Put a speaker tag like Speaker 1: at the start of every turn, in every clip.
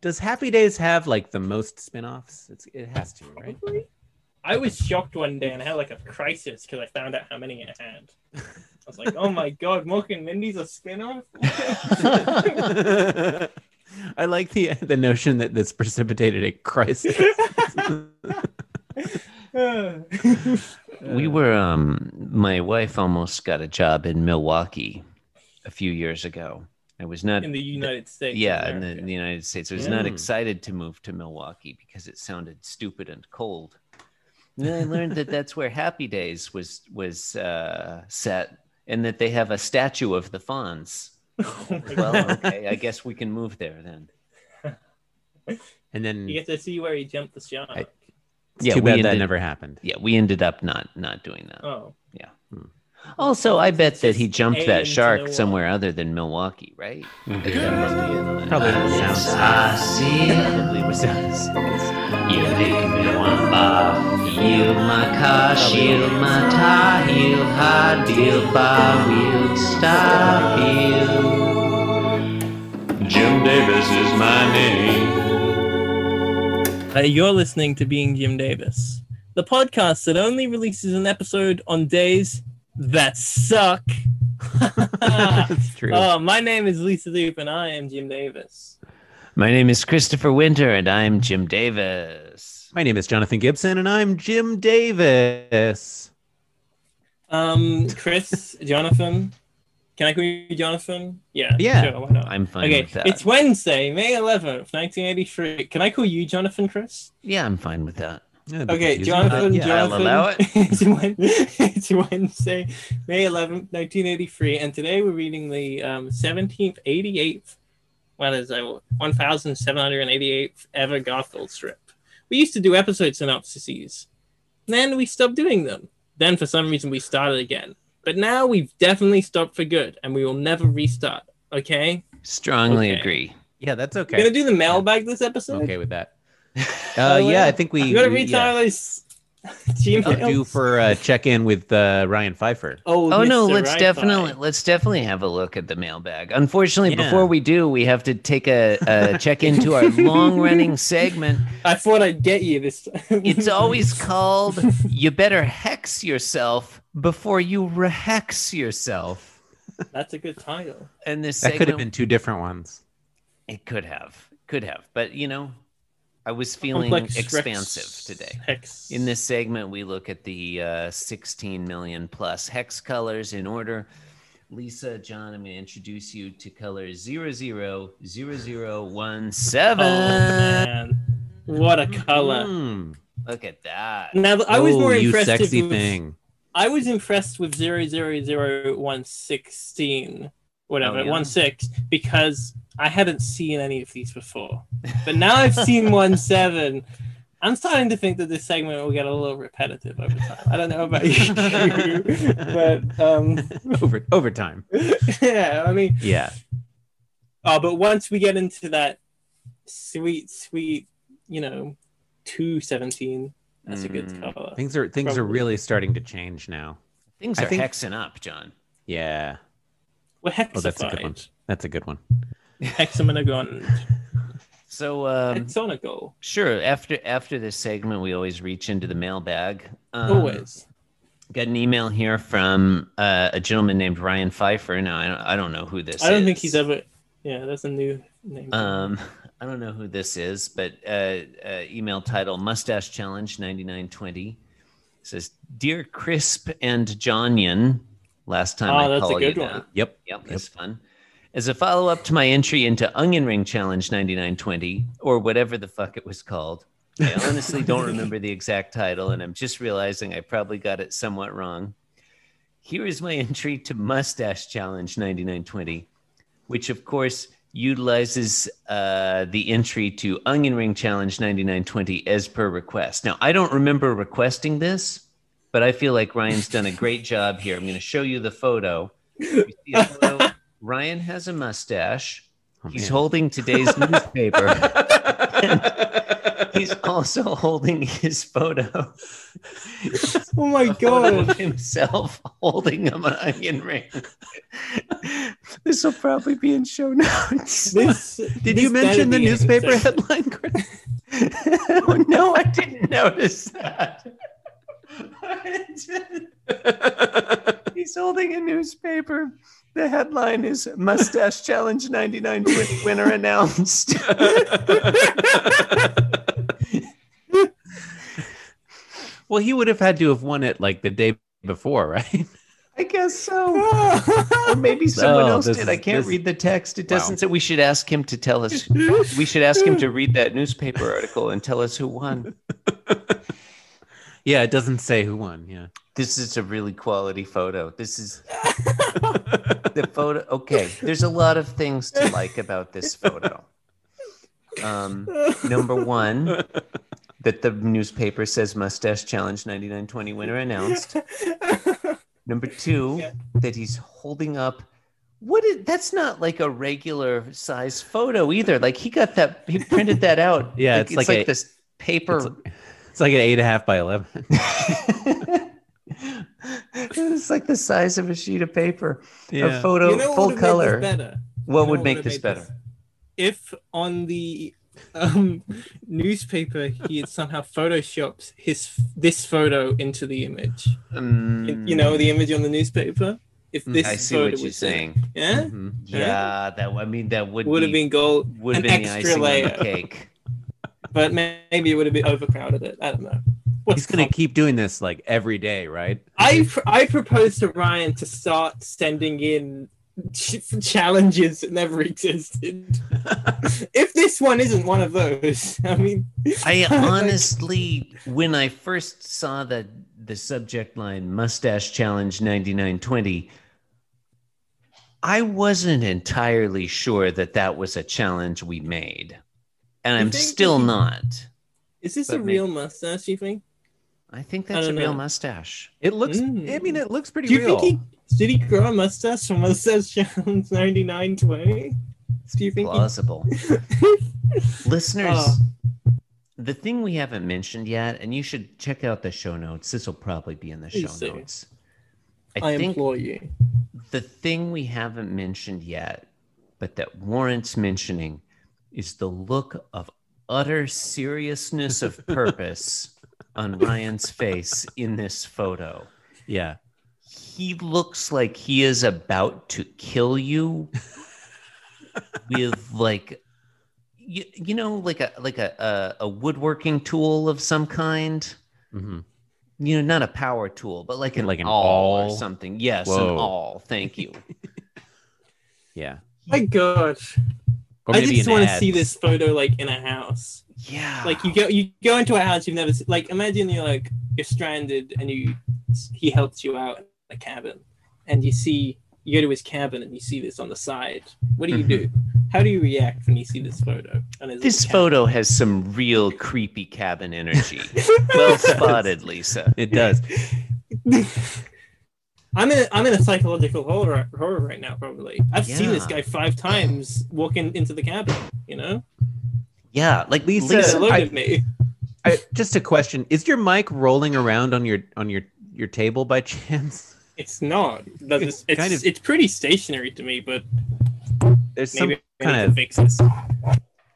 Speaker 1: Does Happy Days have like the most spin-offs? It's, it has to, right?
Speaker 2: I was shocked one day and I had like a crisis because I found out how many it had. I was like, oh my god, Mork and Mindy's a spin-off?
Speaker 1: I like the the notion that this precipitated a crisis.
Speaker 3: we were um my wife almost got a job in Milwaukee a few years ago. I was not
Speaker 2: in the United States.
Speaker 3: yeah,
Speaker 2: of
Speaker 3: in the,
Speaker 2: America.
Speaker 3: in the United States. I was not
Speaker 1: Mm.
Speaker 3: excited to move to Milwaukee because it sounded stupid and cold. And then I learned that that's where Happy Days was was uh, set, and that they have a statue of the Fonz.
Speaker 2: Oh my God.
Speaker 3: Well, um, okay, I guess we can move there then.
Speaker 1: And then
Speaker 2: you get to see where he jumped the shark.
Speaker 1: I- it's
Speaker 3: Yeah,
Speaker 1: too
Speaker 3: we
Speaker 1: bad that
Speaker 3: ended-
Speaker 1: never happened.
Speaker 3: Yeah, we ended up not not doing that.
Speaker 2: oh,
Speaker 3: Also, I bet that he
Speaker 2: Just
Speaker 3: jumped that
Speaker 2: aim to
Speaker 3: shark
Speaker 2: Milwaukee.
Speaker 3: somewhere other than Milwaukee, right? Is that probably it?
Speaker 1: Probably sounds.
Speaker 3: I see
Speaker 1: Probably was
Speaker 3: You make me want to buy you my car, shield my tie, heel, high deal, bar wheel, stop you.
Speaker 4: Jim Davis is my name.
Speaker 2: Uh, you're listening to Being Jim Davis, the podcast that only releases an episode on days that suck.
Speaker 1: That's true.
Speaker 2: oh, my name is Lisa Loop, and I am Jim Davis.
Speaker 3: My name is Christopher Winter, and I'm Jim Davis.
Speaker 1: My name is Jonathan Gibson, and I'm Jim Davis.
Speaker 2: Um, Chris, Jonathan, can I call you Jonathan? Yeah,
Speaker 1: Yeah.
Speaker 2: sure, why not?
Speaker 3: I'm fine
Speaker 2: okay,
Speaker 3: with that.
Speaker 2: it's Wednesday, May 11th, 1983. Can I call you Jonathan, Chris?
Speaker 3: Yeah, I'm fine with that.
Speaker 1: Yeah, that'd be
Speaker 2: Okay,
Speaker 1: confusing.
Speaker 2: Jonathan,
Speaker 1: Uh, yeah.
Speaker 2: Jonathan.
Speaker 3: I'll allow it.
Speaker 2: it's, Wed- it's Wednesday, May 11th, 1983, and today we're reading the um, 17th, 88th, what is that, 1788th ever Garfield strip. We used to do episode synopses, then we stopped doing them. Then for some reason we started again. But now we've definitely stopped for good, and we will never restart, okay?
Speaker 3: Strongly
Speaker 2: Okay.
Speaker 3: agree.
Speaker 1: Yeah, that's
Speaker 2: We're
Speaker 1: okay.
Speaker 2: gonna do the mailbag this episode.
Speaker 1: I'm okay with that.
Speaker 2: Oh,
Speaker 1: Uh, yeah,
Speaker 2: yeah.
Speaker 1: I think we.
Speaker 2: You gotta
Speaker 1: we-
Speaker 2: read
Speaker 1: yeah.
Speaker 2: Tyler's Gmail.
Speaker 1: due for uh, check in with uh, Ryan Pfeiffer.
Speaker 3: Oh no,
Speaker 2: Mr.
Speaker 3: let's
Speaker 2: Right
Speaker 3: definitely
Speaker 2: Eye.
Speaker 3: let's definitely have a look at the mailbag. Unfortunately,
Speaker 1: Yeah.
Speaker 3: before we do, we have to take a, a check into our long running segment.
Speaker 2: I thought I'd get you this time.
Speaker 3: It's always called "You Better Hex Yourself Before You Rehex Yourself."
Speaker 2: That's a good title.
Speaker 3: And this
Speaker 1: That could have
Speaker 3: segment,
Speaker 1: been two different ones.
Speaker 3: it could have, could have, but you know, I was feeling
Speaker 2: Complex
Speaker 3: expansive
Speaker 2: Rex-
Speaker 3: today.
Speaker 2: Hex.
Speaker 3: In this segment, we look at the uh, 16 million plus hex colors in order. Lisa, John, I'm going to introduce you to color
Speaker 2: oh,
Speaker 3: 000017.
Speaker 2: man. What a color.
Speaker 1: Mm.
Speaker 3: Look at that.
Speaker 2: Now I was
Speaker 1: Oh,
Speaker 2: more
Speaker 1: you
Speaker 2: impressed
Speaker 1: sexy
Speaker 2: with,
Speaker 1: thing.
Speaker 2: I was impressed with 000116 whatever
Speaker 3: Oh, yeah.
Speaker 2: one six because I hadn't seen any of these before. But now I've seen one seven. I'm starting to think that this segment will get a little repetitive over time. I don't know about you, but um,
Speaker 1: Over overtime.
Speaker 2: yeah, I mean,
Speaker 1: Yeah.
Speaker 2: Oh, but once we get into that sweet, sweet, you know, two seventeen, that's a good
Speaker 3: Mm.
Speaker 2: color.
Speaker 1: Things are things are
Speaker 2: Probably.
Speaker 1: really starting to change now.
Speaker 3: Things
Speaker 1: I
Speaker 3: are
Speaker 1: think-
Speaker 3: hexing up, John.
Speaker 1: Yeah.
Speaker 2: We're hexified.
Speaker 1: Oh, that's a good one. That's a good one. Um,
Speaker 2: Hexaminogon.
Speaker 3: So, um,
Speaker 2: Hexonical.
Speaker 3: sure, after after this segment, we always reach into the mailbag.
Speaker 1: uh,
Speaker 3: Um,
Speaker 2: Always.
Speaker 3: Got an email here from uh, a gentleman named Ryan Pfeiffer. Now, I don't, I don't know who this
Speaker 2: I don't
Speaker 3: is.
Speaker 2: think he's ever. Yeah, that's a new name.
Speaker 1: Uh,
Speaker 3: Um, I don't know who this is, but uh, uh, email title Mustache Challenge 9920 says, Dear Crisp and Johnian, last time
Speaker 2: Oh,
Speaker 3: I
Speaker 2: that's a
Speaker 3: called
Speaker 2: good
Speaker 3: you
Speaker 2: one.
Speaker 3: that.
Speaker 1: Yep.
Speaker 3: Yep, that's fun. As a follow up to my entry into Onion Ring Challenge 9920, or whatever the fuck it was called, I honestly don't remember the exact title, and I'm just realizing I probably got it somewhat wrong. Here is my entry to Mustache Challenge 9920, which of course utilizes uh, the entry to Onion Ring Challenge 9920 as per request. Now, I don't remember requesting this, but I feel like Ryan's done a great job here. I'm going to show you the photo. You see a photo. Ryan has a mustache.
Speaker 1: Oh,
Speaker 3: He's
Speaker 1: man.
Speaker 3: holding today's newspaper. He's also holding his photo
Speaker 2: Oh my
Speaker 3: photo of
Speaker 2: god.
Speaker 3: himself holding him an onion ring. this will probably be in show notes.
Speaker 2: This
Speaker 1: Did you
Speaker 2: this better
Speaker 1: mention the
Speaker 2: be in
Speaker 1: newspaper
Speaker 2: episode-
Speaker 1: headline? Chris?
Speaker 3: oh, no, I didn't notice that. He's holding a newspaper. The headline is Mustache Challenge 99 Twin Winner Announced.
Speaker 1: well, he would have had to have won it like the day before, right?
Speaker 3: I guess so. Or maybe someone
Speaker 1: Oh,
Speaker 3: else
Speaker 1: this
Speaker 3: did.
Speaker 1: is-
Speaker 3: I can't
Speaker 1: this-
Speaker 3: read the text. It
Speaker 1: Wow.
Speaker 3: doesn't say we should ask him to tell us. We should ask him to read that newspaper article and tell us who won.
Speaker 1: Yeah, it doesn't say who won. Yeah.
Speaker 3: This is a really quality photo. This is the photo. Okay, there's a lot of things to like about this photo. Um, number one, that the newspaper says Mustache Challenge 9920 winner announced. Number two,
Speaker 2: Yeah.
Speaker 3: that he's holding up. What is that's not like a regular size photo either. Like he got that, he printed that out.
Speaker 1: Yeah,
Speaker 3: Like,
Speaker 1: it's like a-
Speaker 3: this paper.
Speaker 1: It's, it's like an eight and a half by 11.
Speaker 3: it's like the size of a sheet of paper.
Speaker 1: Yeah.
Speaker 3: A photo,
Speaker 2: You know what
Speaker 3: full
Speaker 2: would've made this
Speaker 3: color.
Speaker 2: better?
Speaker 3: What
Speaker 2: You know
Speaker 3: would make
Speaker 2: would've
Speaker 3: this
Speaker 2: made
Speaker 3: better?
Speaker 2: If on the um, newspaper he had somehow photoshopped his this photo into the image.
Speaker 3: Um,
Speaker 2: You know the image on the newspaper. If
Speaker 1: Mm,
Speaker 2: this
Speaker 3: I see
Speaker 2: photo
Speaker 3: what you're
Speaker 2: was in-
Speaker 3: saying.
Speaker 2: yeah,
Speaker 1: Mhm.
Speaker 3: Yeah, that I mean that would
Speaker 2: would have
Speaker 3: be,
Speaker 2: been gold,
Speaker 3: would have
Speaker 2: an
Speaker 3: been the
Speaker 2: extra
Speaker 3: icing on
Speaker 2: layer.
Speaker 3: the cake.
Speaker 2: but may- maybe it would have been overcrowded. It I don't know. What's
Speaker 1: He's going to keep doing this like every day, right?
Speaker 2: I pr- I propose to Ryan to start sending in ch- challenges that never existed. if this one isn't one of those, I mean,
Speaker 3: I honestly, when I first saw the the subject line "Mustache Challenge 9920," I wasn't entirely sure that that was a challenge we made, and
Speaker 2: You
Speaker 3: I'm
Speaker 2: think-
Speaker 3: still not.
Speaker 2: is this
Speaker 3: But
Speaker 2: a
Speaker 3: may-
Speaker 2: real mustache? You think?
Speaker 3: I think that's a
Speaker 2: don't
Speaker 3: real
Speaker 2: know.
Speaker 3: mustache.
Speaker 1: It looks,
Speaker 2: Mm.
Speaker 1: I mean, it looks pretty
Speaker 2: Do you
Speaker 1: real.
Speaker 2: think he did he grow a mustache from Mustache Challenge ninety nine twenty? Do you think? He,
Speaker 3: plausible. Listeners,
Speaker 2: Oh.
Speaker 3: the thing we haven't mentioned yet, and you should check out the show notes. This will probably be in the
Speaker 2: Please
Speaker 3: show
Speaker 2: do.
Speaker 3: notes.
Speaker 2: I,
Speaker 3: I, think
Speaker 2: implore you.
Speaker 3: the thing we haven't mentioned yet, but that warrants mentioning, is the look of utter seriousness of purpose on Ryan's face in this photo.
Speaker 1: yeah.
Speaker 3: He looks like he is about to kill you with like you, you know like a like a, a a woodworking tool of some kind
Speaker 1: hmm
Speaker 3: you know, not a power tool, but like an,
Speaker 1: Like an
Speaker 3: awl,
Speaker 1: awl?
Speaker 3: or something. Yes, an
Speaker 1: Whoa.
Speaker 3: awl. Thank you.
Speaker 1: Yeah.
Speaker 2: My God,
Speaker 1: Or
Speaker 2: I
Speaker 1: maybe
Speaker 2: just
Speaker 1: an
Speaker 2: want to
Speaker 1: ad.
Speaker 2: see this photo like in a house.
Speaker 3: yeah.
Speaker 2: like you go you go into a house you've never seen like imagine you're like you're stranded and you he helps you out in a cabin and you see you go to his cabin and you see this on the side what do you
Speaker 1: Mm-hmm.
Speaker 2: do how do you react when you see this photo and it's
Speaker 3: this
Speaker 2: in a
Speaker 3: photo has some real creepy cabin energy. well spotted, Lisa.
Speaker 1: It does.
Speaker 2: cabin? I'm in, a, I'm in a psychological horror horror right now. Probably, I've seen this
Speaker 3: Yeah.
Speaker 2: guy five times walking into the cabin. You know,
Speaker 3: Yeah, like
Speaker 1: Lisa,
Speaker 3: Lisa.
Speaker 2: He looked
Speaker 1: I-
Speaker 2: at me.
Speaker 1: I, just a question: Is your mic rolling around on your on your your table by chance?
Speaker 2: It's not. That's- It's, it's,
Speaker 1: kind of-
Speaker 2: it's pretty stationary to me, but
Speaker 1: There's some
Speaker 2: maybe I need
Speaker 1: kind
Speaker 2: to
Speaker 1: of
Speaker 2: fix this.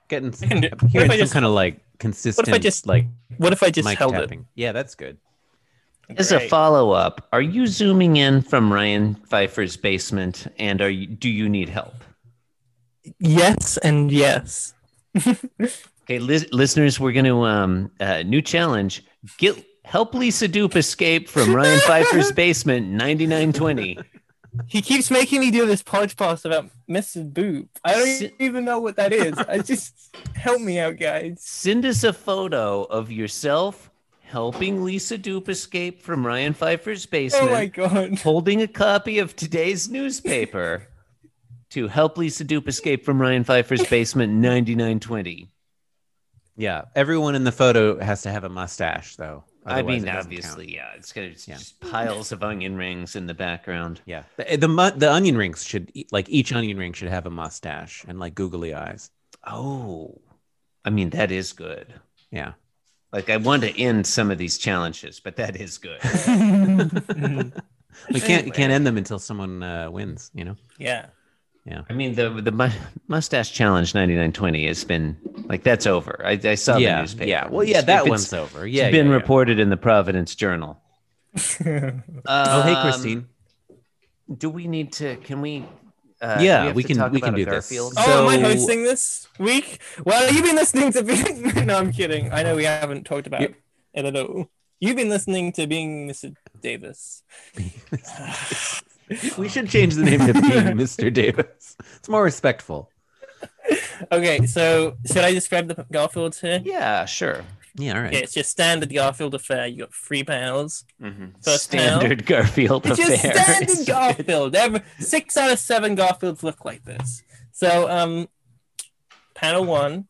Speaker 1: getting.
Speaker 2: I can do-
Speaker 1: I'm hearing
Speaker 2: what if I
Speaker 1: some
Speaker 2: just-
Speaker 1: kind of like consistent.
Speaker 2: just
Speaker 1: like
Speaker 2: What if I just
Speaker 1: mic
Speaker 2: held it?
Speaker 1: tapping? Yeah, that's good.
Speaker 3: As a
Speaker 2: Great.
Speaker 3: follow up, are you zooming in from Ryan Pfeiffer's basement, and are you, do you need help?
Speaker 2: yes and yes.
Speaker 3: Okay, lis- listeners, we're going to um uh, new challenge. Get help Lisa Dupe escape from Ryan Pfeiffer's basement. Ninety nine twenty.
Speaker 2: He keeps making me do this podge pass about Mrs. Boop. I don't
Speaker 3: S-
Speaker 2: even know what that is. I just help me out, guys.
Speaker 3: Send us a photo of yourself helping Lisa Dupe escape from Ryan Pfeiffer's
Speaker 2: Oh my
Speaker 3: basement,
Speaker 2: god.
Speaker 3: holding a copy of today's newspaper to help Lisa Dupe escape from Ryan Pfeiffer's basement 9920.
Speaker 1: Yeah, everyone in the photo has to have a mustache, though.
Speaker 3: I
Speaker 1: Otherwise, it
Speaker 3: mean,
Speaker 1: doesn't count.
Speaker 3: obviously, yeah, it's gonna it's
Speaker 1: Yeah.
Speaker 3: just piles of onion rings in the background.
Speaker 1: Yeah, the the, mu- the onion rings should e- like each onion ring should have a mustache and like googly eyes.
Speaker 3: Oh, I mean, that is good.
Speaker 1: Yeah.
Speaker 3: Like I want to end some of these challenges, but that is good.
Speaker 1: We can't we can't end them until someone uh, wins. You know.
Speaker 2: yeah.
Speaker 3: I mean, the the mu- mustache challenge ninety nine twenty has been like that's over. I, I saw
Speaker 1: yeah.
Speaker 3: the newspaper.
Speaker 1: Yeah. Well, yeah, that
Speaker 3: It's-
Speaker 1: one's over.
Speaker 3: it's
Speaker 1: Yeah.
Speaker 3: been
Speaker 1: yeah, yeah.
Speaker 3: reported in the Providence Journal.
Speaker 1: Oh, hey,
Speaker 3: Um,
Speaker 1: Christine.
Speaker 3: Do we need to? Can we? Uh,
Speaker 1: Yeah,
Speaker 3: do have
Speaker 1: we
Speaker 3: to
Speaker 1: can-
Speaker 3: talk
Speaker 1: we can
Speaker 3: about a
Speaker 1: do this.
Speaker 3: Garfield?
Speaker 2: Oh, am I
Speaker 1: So-
Speaker 2: hosting this week? Well, you've been listening to being. no, I'm kidding. I know we haven't talked about
Speaker 1: You-
Speaker 2: it at all. You've been listening to being Mrs. Davis.
Speaker 1: We should change the name to being Mr. Davis. It's more respectful.
Speaker 2: okay, so should I describe the Garfields here?
Speaker 3: Yeah, sure.
Speaker 1: Yeah. All right.
Speaker 2: Yeah, it's your standard Garfield affair. You got three panels. First
Speaker 3: Standard Garfield
Speaker 2: It's your
Speaker 3: affair.
Speaker 2: standard Garfield. Every, six out of seven Garfields look like this. So, um, panel one,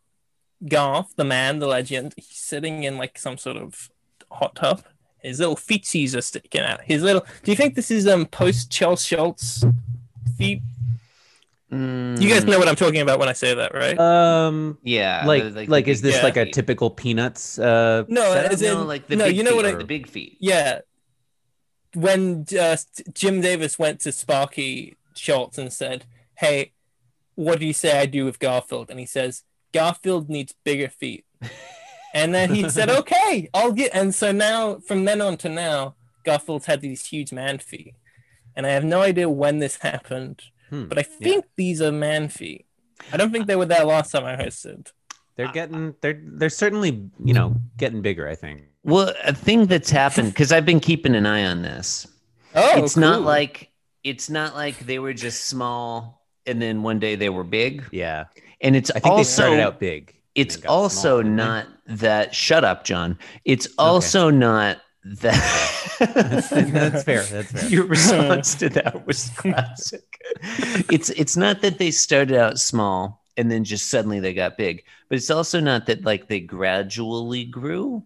Speaker 2: Garth, the man, the legend, he's sitting in like some sort of hot tub. His little feetsies are sticking out. His little. Do you think this is um post Charles Schultz feet? You
Speaker 3: Hmm.
Speaker 2: guys know what I'm talking about when I say that,
Speaker 3: Uh,
Speaker 2: right?
Speaker 1: Um.
Speaker 3: yeah,
Speaker 1: like,
Speaker 3: the-
Speaker 1: like,
Speaker 3: the
Speaker 1: is
Speaker 3: big
Speaker 1: this
Speaker 2: yeah.
Speaker 1: like a
Speaker 3: feet.
Speaker 1: typical Peanuts? Uh,
Speaker 2: no,
Speaker 3: Set up?
Speaker 2: as
Speaker 3: no,
Speaker 2: in-
Speaker 3: like the
Speaker 2: no.
Speaker 3: big
Speaker 2: You know
Speaker 3: feet,
Speaker 2: what I?
Speaker 3: the big feet.
Speaker 2: Yeah. When uh, Jim Davis went to Sparky Schultz and said, Hey, what do you say I do with Garfield? And he says, Garfield needs bigger feet. and then he said, Okay, I'll get. And so now, from then on to now, Garfield's had these huge man feet. And I have no idea when this happened,
Speaker 1: Hmm,
Speaker 2: but I
Speaker 1: yeah.
Speaker 2: think these are man feet. I don't think they were there last time I hosted.
Speaker 1: They're getting they're they're certainly you know getting bigger. I think.
Speaker 3: Well, a thing that's happened because I've been keeping an eye on this.
Speaker 2: Oh,
Speaker 3: it's not
Speaker 2: cool.
Speaker 3: like it's not like they were just small and then one day they were big.
Speaker 1: Yeah,
Speaker 3: And it's
Speaker 1: I think they
Speaker 3: also
Speaker 1: started out big. and
Speaker 3: it's
Speaker 1: then got
Speaker 3: also
Speaker 1: smaller, didn't they?
Speaker 3: not that shut up, John. It's also not that
Speaker 1: that's fair. That's fair.
Speaker 3: your response to that was classic. it's it's not that they started out small and then just suddenly they got big, but it's also not that like they gradually grew.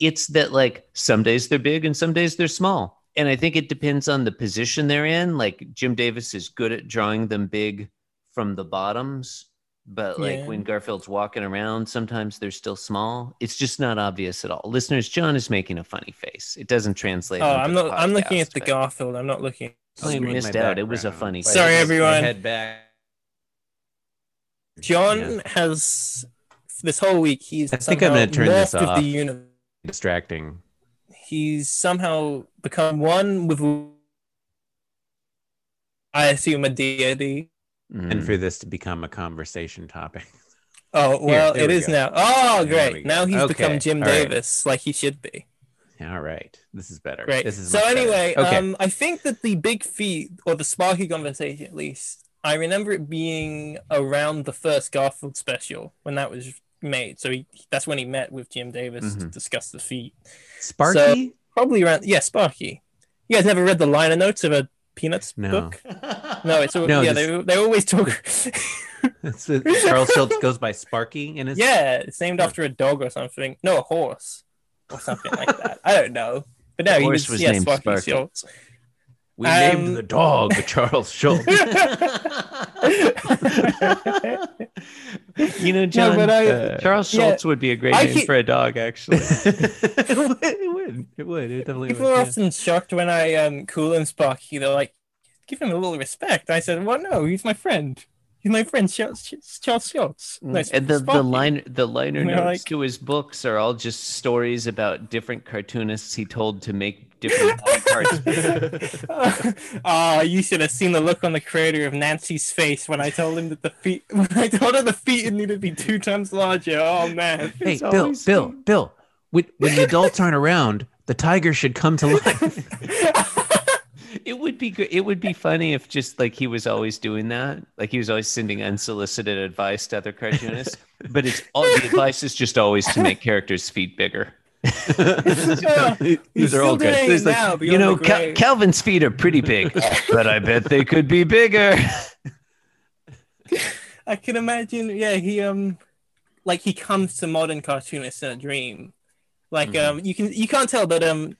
Speaker 3: It's that like some days they're big and some days they're small. And I think it depends on the position they're in. Like Jim Davis is good at drawing them big from the bottoms, but like
Speaker 2: Yeah.
Speaker 3: when Garfield's walking around, sometimes they're still small. It's just not obvious at all. Listeners, John is making a funny face. It doesn't translate.
Speaker 2: Oh,
Speaker 3: onto
Speaker 2: I'm
Speaker 3: the
Speaker 2: not. I'm looking
Speaker 3: podcast,
Speaker 2: at the
Speaker 3: but-
Speaker 2: Garfield. I'm not looking.
Speaker 3: Oh, you
Speaker 1: Playing with
Speaker 3: missed
Speaker 1: my
Speaker 3: out. It was a
Speaker 1: background.
Speaker 3: funny
Speaker 1: If I
Speaker 3: scene.
Speaker 2: Sorry,
Speaker 1: just-
Speaker 2: everyone.
Speaker 1: I head back.
Speaker 2: John
Speaker 1: Yeah.
Speaker 2: has this whole week. He's
Speaker 1: I think I'm
Speaker 2: somehow
Speaker 1: gonna turn this
Speaker 2: morphed with
Speaker 1: off.
Speaker 2: The universe.
Speaker 1: Distracting.
Speaker 2: He's somehow become one with, I assume, a deity.
Speaker 3: Hmm.
Speaker 1: And for this to become a conversation topic.
Speaker 2: Oh
Speaker 1: Here,
Speaker 2: well,
Speaker 1: there
Speaker 2: it
Speaker 1: we
Speaker 2: is
Speaker 1: go.
Speaker 2: now.
Speaker 1: There
Speaker 2: Oh
Speaker 1: we
Speaker 2: great!
Speaker 1: go.
Speaker 2: Now he's
Speaker 1: Okay,
Speaker 2: become Jim
Speaker 1: all right.
Speaker 2: Davis, like he should be.
Speaker 1: All right, this is better.
Speaker 2: Great.
Speaker 1: This is
Speaker 2: so
Speaker 1: much better.
Speaker 2: anyway,
Speaker 1: okay.
Speaker 2: um, I think that the big feat or the Sparky conversation, at least, I remember it being around the first Garfield special when that was made. So he, that's when he met with Jim Davis to
Speaker 1: Mm-hmm.
Speaker 3: Mhm.
Speaker 2: discuss the feat.
Speaker 1: Sparky.
Speaker 2: Probably around yeah, Sparky. You guys never read the liner notes of a Peanuts
Speaker 1: No.
Speaker 2: book?
Speaker 3: Mm.
Speaker 2: No, it's all,
Speaker 1: No,
Speaker 2: yeah.
Speaker 1: this-
Speaker 2: They, they always talk.
Speaker 1: That's it. Charles Schultz goes by Sparky in his.
Speaker 2: yeah, it's named after a dog or something. No, a horse or something like that. I don't know. But no,
Speaker 3: The
Speaker 2: he
Speaker 3: horse
Speaker 2: was,
Speaker 3: was
Speaker 2: yeah,
Speaker 3: named
Speaker 2: Sparky
Speaker 3: Sparky.
Speaker 2: Schultz.
Speaker 1: We
Speaker 2: Um,
Speaker 1: named the dog Charles Schultz.
Speaker 3: you know, John,
Speaker 2: but I-
Speaker 3: uh, Charles
Speaker 2: yeah.
Speaker 3: Schultz would be a great
Speaker 2: I
Speaker 3: name
Speaker 2: keep-
Speaker 3: for a dog, actually.
Speaker 1: it would. It would. It definitely
Speaker 2: People are often shocked when I um cool and Sparky. They're like, "Give him a little respect." I said, "Well, no, he's my friend. He's my friend, Charles, Charles Schultz." No, it's
Speaker 3: Mm, and the, the
Speaker 2: Sparky.
Speaker 3: liner the liner
Speaker 2: You know,
Speaker 3: notes
Speaker 2: like-
Speaker 3: to his books are all just stories about different cartoonists he told to make different parts.
Speaker 2: Ah, you should have seen the look on the creator of Nancy's face when I told him that the feet. When I told her the feet needed to be two times larger. Oh man.
Speaker 1: Hey,
Speaker 3: It's
Speaker 1: Bill,
Speaker 3: always-
Speaker 1: Bill, Bill. When, when the adults aren't around, the tiger should come to life.
Speaker 3: It would be gr- it would be funny if just like he was always doing that, like he was always sending unsolicited advice to other cartoonists. but it's all the advice is just always to make characters' feet bigger.
Speaker 2: He's
Speaker 1: These are all
Speaker 2: still
Speaker 1: good.
Speaker 2: doing
Speaker 1: There's
Speaker 2: it
Speaker 1: like-
Speaker 2: now,
Speaker 3: You
Speaker 2: beyond
Speaker 3: know,
Speaker 2: the
Speaker 3: Cal-
Speaker 2: grave.
Speaker 3: Calvin's feet are pretty big, but I bet they could be bigger.
Speaker 2: I can imagine. Yeah, he um, like he comes to modern cartoonists in a dream. Like um, you can you can't tell, but um,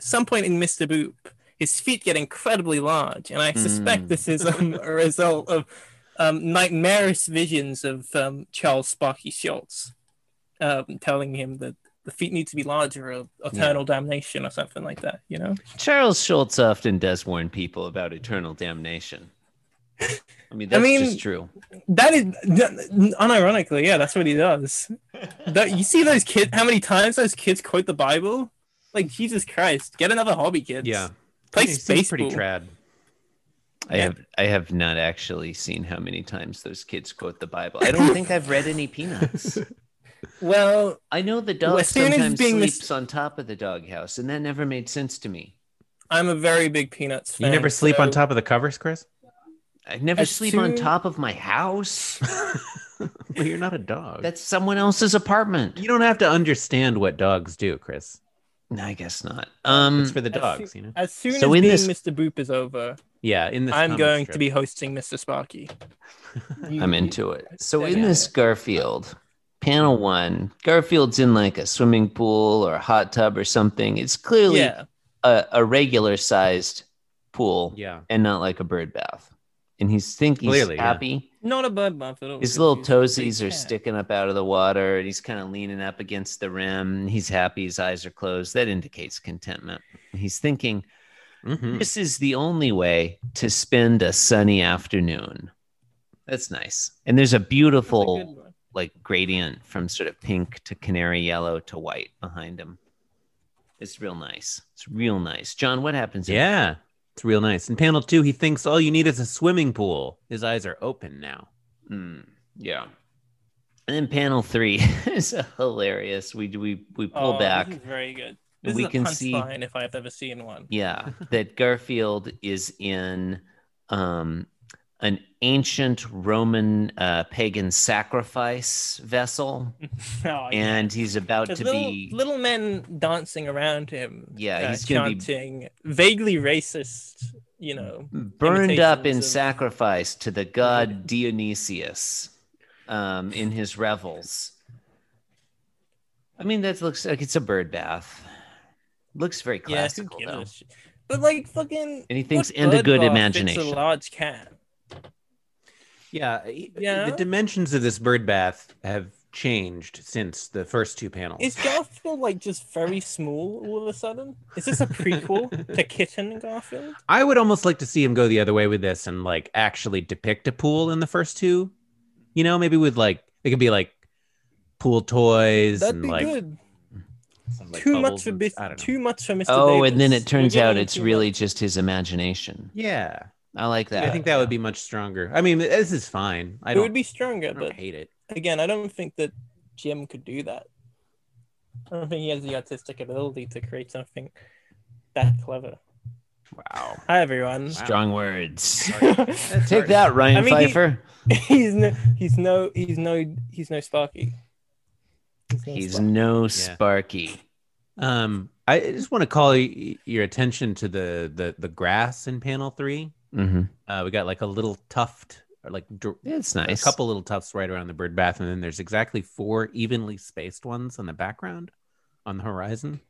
Speaker 2: some point in Mister Boop, his feet get incredibly large, and I suspect
Speaker 3: Mm.
Speaker 2: this is um, a result of um, nightmarish visions of um, Charles Sparky Schultz. um, telling him that the feet need to be larger or eternal damnation or something like that. You know,
Speaker 3: Charles Schultz often does warn people about eternal damnation. I mean,
Speaker 2: I
Speaker 3: that's
Speaker 2: mean-
Speaker 3: just true.
Speaker 2: that is unironically, yeah, that's what he does. That- you see those kids? How many times those kids quote the Bible? Like Jesus Christ, get another hobby, kids.
Speaker 1: yeah.
Speaker 2: play
Speaker 1: Pretty- seems
Speaker 2: space
Speaker 1: pretty
Speaker 2: pool.
Speaker 1: trad.
Speaker 3: I
Speaker 2: Yeah.
Speaker 3: have I have not actually seen how many times those kids quote the Bible. I don't think I've read any peanuts.
Speaker 2: Well,
Speaker 3: I know the dog
Speaker 2: As soon as
Speaker 3: sometimes
Speaker 2: being this-
Speaker 3: sleeps on top of the doghouse, and that never made sense to me.
Speaker 2: I'm a very big Peanuts
Speaker 1: You
Speaker 2: fan.
Speaker 1: never sleep on
Speaker 2: so-
Speaker 1: top of the covers, Chris?
Speaker 3: I never
Speaker 2: As
Speaker 3: sleep
Speaker 2: soon-
Speaker 3: on top of my house.
Speaker 1: Well, you're not a dog.
Speaker 3: That's someone else's apartment.
Speaker 1: you don't have to understand what dogs do, Chris.
Speaker 3: No, I guess not. Um,
Speaker 1: It's for the
Speaker 2: As
Speaker 1: dogs, you know.
Speaker 2: As soon
Speaker 3: So
Speaker 2: as being
Speaker 3: in this-
Speaker 2: Mr. Boop is over,
Speaker 1: Yeah, in this
Speaker 2: I'm
Speaker 1: comic
Speaker 2: going to
Speaker 1: strip.
Speaker 2: be hosting Mr. Sparky. You-
Speaker 3: I'm
Speaker 2: you-
Speaker 3: into it. So
Speaker 2: Yeah,
Speaker 3: in
Speaker 2: yeah,
Speaker 3: this Garfield panel one, Garfield's in like a swimming pool or a hot tub or something. It's clearly
Speaker 2: Yeah,
Speaker 3: a, a regular sized pool
Speaker 1: Yeah.
Speaker 3: and not like a bird bath. And he's thinking he's
Speaker 1: Clearly, yeah.
Speaker 3: happy.
Speaker 2: not a bird bath at all.
Speaker 3: His little
Speaker 2: because he's a
Speaker 3: toesies
Speaker 2: big
Speaker 3: are
Speaker 2: cat.
Speaker 3: sticking up out of the water, and he's kind of leaning up against the rim. He's happy. His eyes are closed. That indicates contentment. He's thinking,
Speaker 1: Mhm.
Speaker 3: this is the only way to spend a sunny afternoon. That's nice. And there's a
Speaker 2: That's a
Speaker 3: beautiful
Speaker 2: good one.
Speaker 3: like gradient from sort of pink to canary yellow to white behind him. It's real nice. It's real nice. John, what happens? in-
Speaker 1: Yeah. It's real nice. In panel two, he thinks all you need is a swimming pool. His eyes are open now.
Speaker 3: Mm, yeah. And then panel three is hilarious. We we we pull
Speaker 2: Oh,
Speaker 3: back.
Speaker 2: This is very good.
Speaker 3: and
Speaker 2: This
Speaker 3: we
Speaker 2: is a
Speaker 3: can
Speaker 2: punch
Speaker 3: see
Speaker 2: line if I've ever seen one.
Speaker 3: yeah that garfield is in um an ancient roman uh pagan sacrifice vessel
Speaker 2: Oh, yeah.
Speaker 3: and he's about
Speaker 2: There's
Speaker 3: to
Speaker 2: little,
Speaker 3: be
Speaker 2: little men dancing around him.
Speaker 3: Yeah,
Speaker 2: uh,
Speaker 3: he's gonna be-
Speaker 2: chanting vaguely racist. You know,
Speaker 3: burned up in
Speaker 2: imitations of-
Speaker 3: sacrifice to the god dionysius um in his revels i mean that looks like it's a bird bath looks very
Speaker 2: yeah, who
Speaker 3: classical
Speaker 2: gives
Speaker 3: though
Speaker 2: a shit? But like fucking.
Speaker 3: and he thinks
Speaker 2: what
Speaker 3: in the
Speaker 2: bird
Speaker 3: good
Speaker 2: bath fits
Speaker 3: imagination
Speaker 2: A large cat.
Speaker 1: Yeah, he-
Speaker 2: Yeah.
Speaker 1: The dimensions of this bird bath have changed since the first two panels.
Speaker 2: Is Garfield like just very small all of a sudden? Is this a prequel to Kitten Garfield?
Speaker 1: I would almost like to see him go the other way with this and like actually depict a pool in the first two. You know, maybe with like it could be like pool toys
Speaker 2: That'd
Speaker 1: and
Speaker 2: be
Speaker 1: like,
Speaker 2: good.
Speaker 1: some, like,
Speaker 2: too much
Speaker 1: bubbles
Speaker 2: for
Speaker 1: and-
Speaker 2: Bis-
Speaker 1: I don't know.
Speaker 2: too much for Mr.
Speaker 3: oh and then
Speaker 2: Davis.
Speaker 3: it turns
Speaker 2: You're
Speaker 3: out
Speaker 2: getting uh,
Speaker 3: it's
Speaker 2: too
Speaker 3: really
Speaker 2: much.
Speaker 3: just his imagination
Speaker 1: Yeah,
Speaker 3: i like that
Speaker 1: I think that would be much stronger. I mean, this is fine. I
Speaker 2: It
Speaker 1: don't,
Speaker 2: would be stronger,
Speaker 1: I don't
Speaker 2: but
Speaker 1: hate it.
Speaker 2: again, I don't think that Jim could do that. I don't think he has the artistic ability to create something that clever.
Speaker 3: Wow.
Speaker 2: Hi, everyone.
Speaker 3: Strong words.
Speaker 1: That's
Speaker 3: Take
Speaker 1: hard.
Speaker 3: that, Ryan
Speaker 2: I mean, he-
Speaker 3: Pfeiffer.
Speaker 2: he's no, he's no, he's no, he's no Sparky. no
Speaker 3: He's
Speaker 2: Sparky.
Speaker 3: no Sparky.
Speaker 1: Um, I just want to call y- your attention to the the the grass in panel three.
Speaker 3: Mm-hmm.
Speaker 1: Uh, we got like a little tuft or like dr-
Speaker 3: It's
Speaker 1: a
Speaker 3: nice.
Speaker 1: couple little tufts right around the bird bath, and then there's exactly four evenly spaced ones on the background, on the horizon.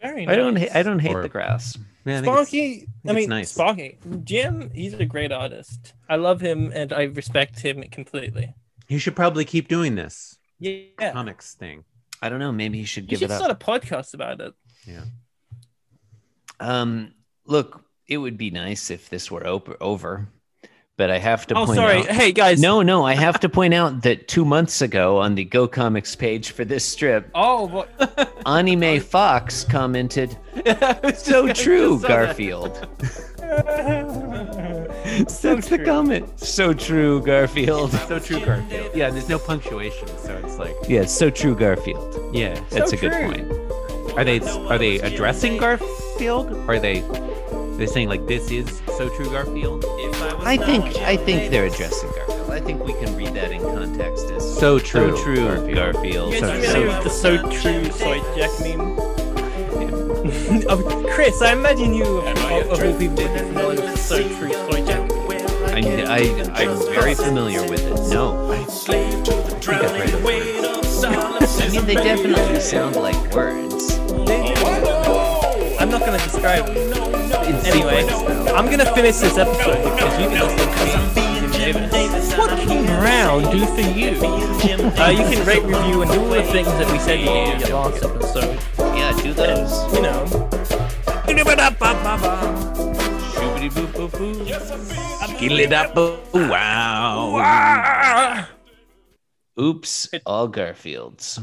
Speaker 2: Very
Speaker 3: I don't.
Speaker 2: nice.
Speaker 3: Ha- I don't hate
Speaker 1: Or-
Speaker 3: the grass.
Speaker 1: Yeah, I think it's-
Speaker 2: Sparky, I,
Speaker 1: it's
Speaker 2: mean,
Speaker 1: nice.
Speaker 2: Sparky, Jim, he's a great artist. I love him and I respect him completely.
Speaker 1: you should probably keep doing this
Speaker 2: Yeah.
Speaker 1: comics thing.
Speaker 3: I don't know. Maybe he should
Speaker 2: You
Speaker 3: give
Speaker 2: should
Speaker 3: it
Speaker 2: start
Speaker 3: up.
Speaker 2: a podcast about it.
Speaker 3: Um, look, it would be nice if this were op- over, but I have to.
Speaker 2: Oh,
Speaker 3: point
Speaker 2: sorry.
Speaker 3: out-
Speaker 2: Hey, guys.
Speaker 3: No, no. I have to point out that two months ago on the Go Comics page for this strip,
Speaker 2: Oh, what?
Speaker 3: Anime Fox commented, "So true, Garfield."
Speaker 2: So
Speaker 3: That's the
Speaker 2: true.
Speaker 3: comment. So true, Garfield.
Speaker 1: So true, Garfield. Yeah, there's no punctuation, so it's like
Speaker 3: Yeah, it's so true, Garfield.
Speaker 1: yeah.
Speaker 3: That's
Speaker 2: So
Speaker 3: a good
Speaker 2: true.
Speaker 3: point.
Speaker 1: Are they are they addressing Garfield? Or are they are they saying like this is so true, Garfield?
Speaker 3: I think I think they're addressing Garfield. I think we can read that in context as
Speaker 1: So true,
Speaker 3: true, Garfield.
Speaker 2: You
Speaker 1: So
Speaker 2: guys familiar
Speaker 1: true.
Speaker 2: with the so true soy jack meme? Of- Chris, I imagine you of of all people would be familiar with the so true soy jack. meme.
Speaker 3: I, I I'm very familiar with it. No, I think I've read it. I mean they definitely sound like words.
Speaker 2: I'm not gonna describe it.
Speaker 3: In
Speaker 2: Anyway,
Speaker 3: sequence, though.
Speaker 2: I'm gonna finish this episode because you can listen to me. Jim Davis. What kingdom around do for you. Uh, you can rate, review, and do all the things that we said you did in the last episode.
Speaker 3: Yeah, do those.
Speaker 2: You know.
Speaker 3: Shoobity boop boop boop.
Speaker 2: Ah!
Speaker 3: Oops, all Garfields.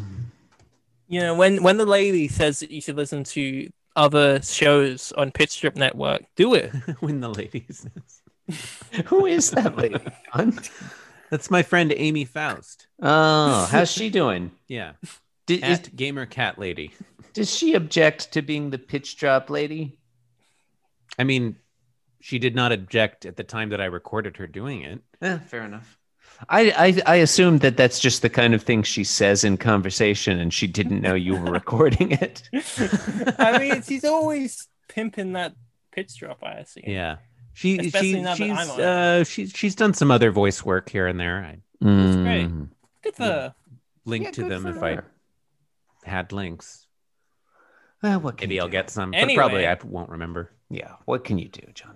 Speaker 2: you know when when the lady says that you should listen to other shows on Pitch Strip Network, do it.
Speaker 1: when the ladies.
Speaker 3: Who is that lady? Hun?
Speaker 1: That's my friend Amy Faust.
Speaker 3: Oh, how's she doing?
Speaker 1: Yeah.
Speaker 3: Did, is,
Speaker 1: At gamer cat lady.
Speaker 3: does she object to being the pitch drop lady?
Speaker 1: I mean, she did not object at the time that I recorded her doing it.
Speaker 3: Eh, fair enough. I, I I assumed that that's just the kind of thing she says in conversation, and she didn't know you were recording it.
Speaker 2: I mean, she's always pimping that pitch drop. I see.
Speaker 1: Yeah. She,
Speaker 2: Especially
Speaker 1: she
Speaker 2: now that
Speaker 1: she's
Speaker 2: I'm on it.
Speaker 1: uh she's she's done some other voice work here and there. I
Speaker 2: great.
Speaker 3: Mm.
Speaker 2: Good for her.
Speaker 1: link
Speaker 3: Yeah,
Speaker 1: to
Speaker 3: good
Speaker 1: them
Speaker 3: for
Speaker 1: if
Speaker 3: her.
Speaker 1: I had links.
Speaker 3: Well, what can
Speaker 1: Maybe
Speaker 3: you
Speaker 1: I'll
Speaker 3: do?
Speaker 1: get some,
Speaker 2: Anyway.
Speaker 1: but probably I won't remember.
Speaker 3: Yeah, what can you do, John?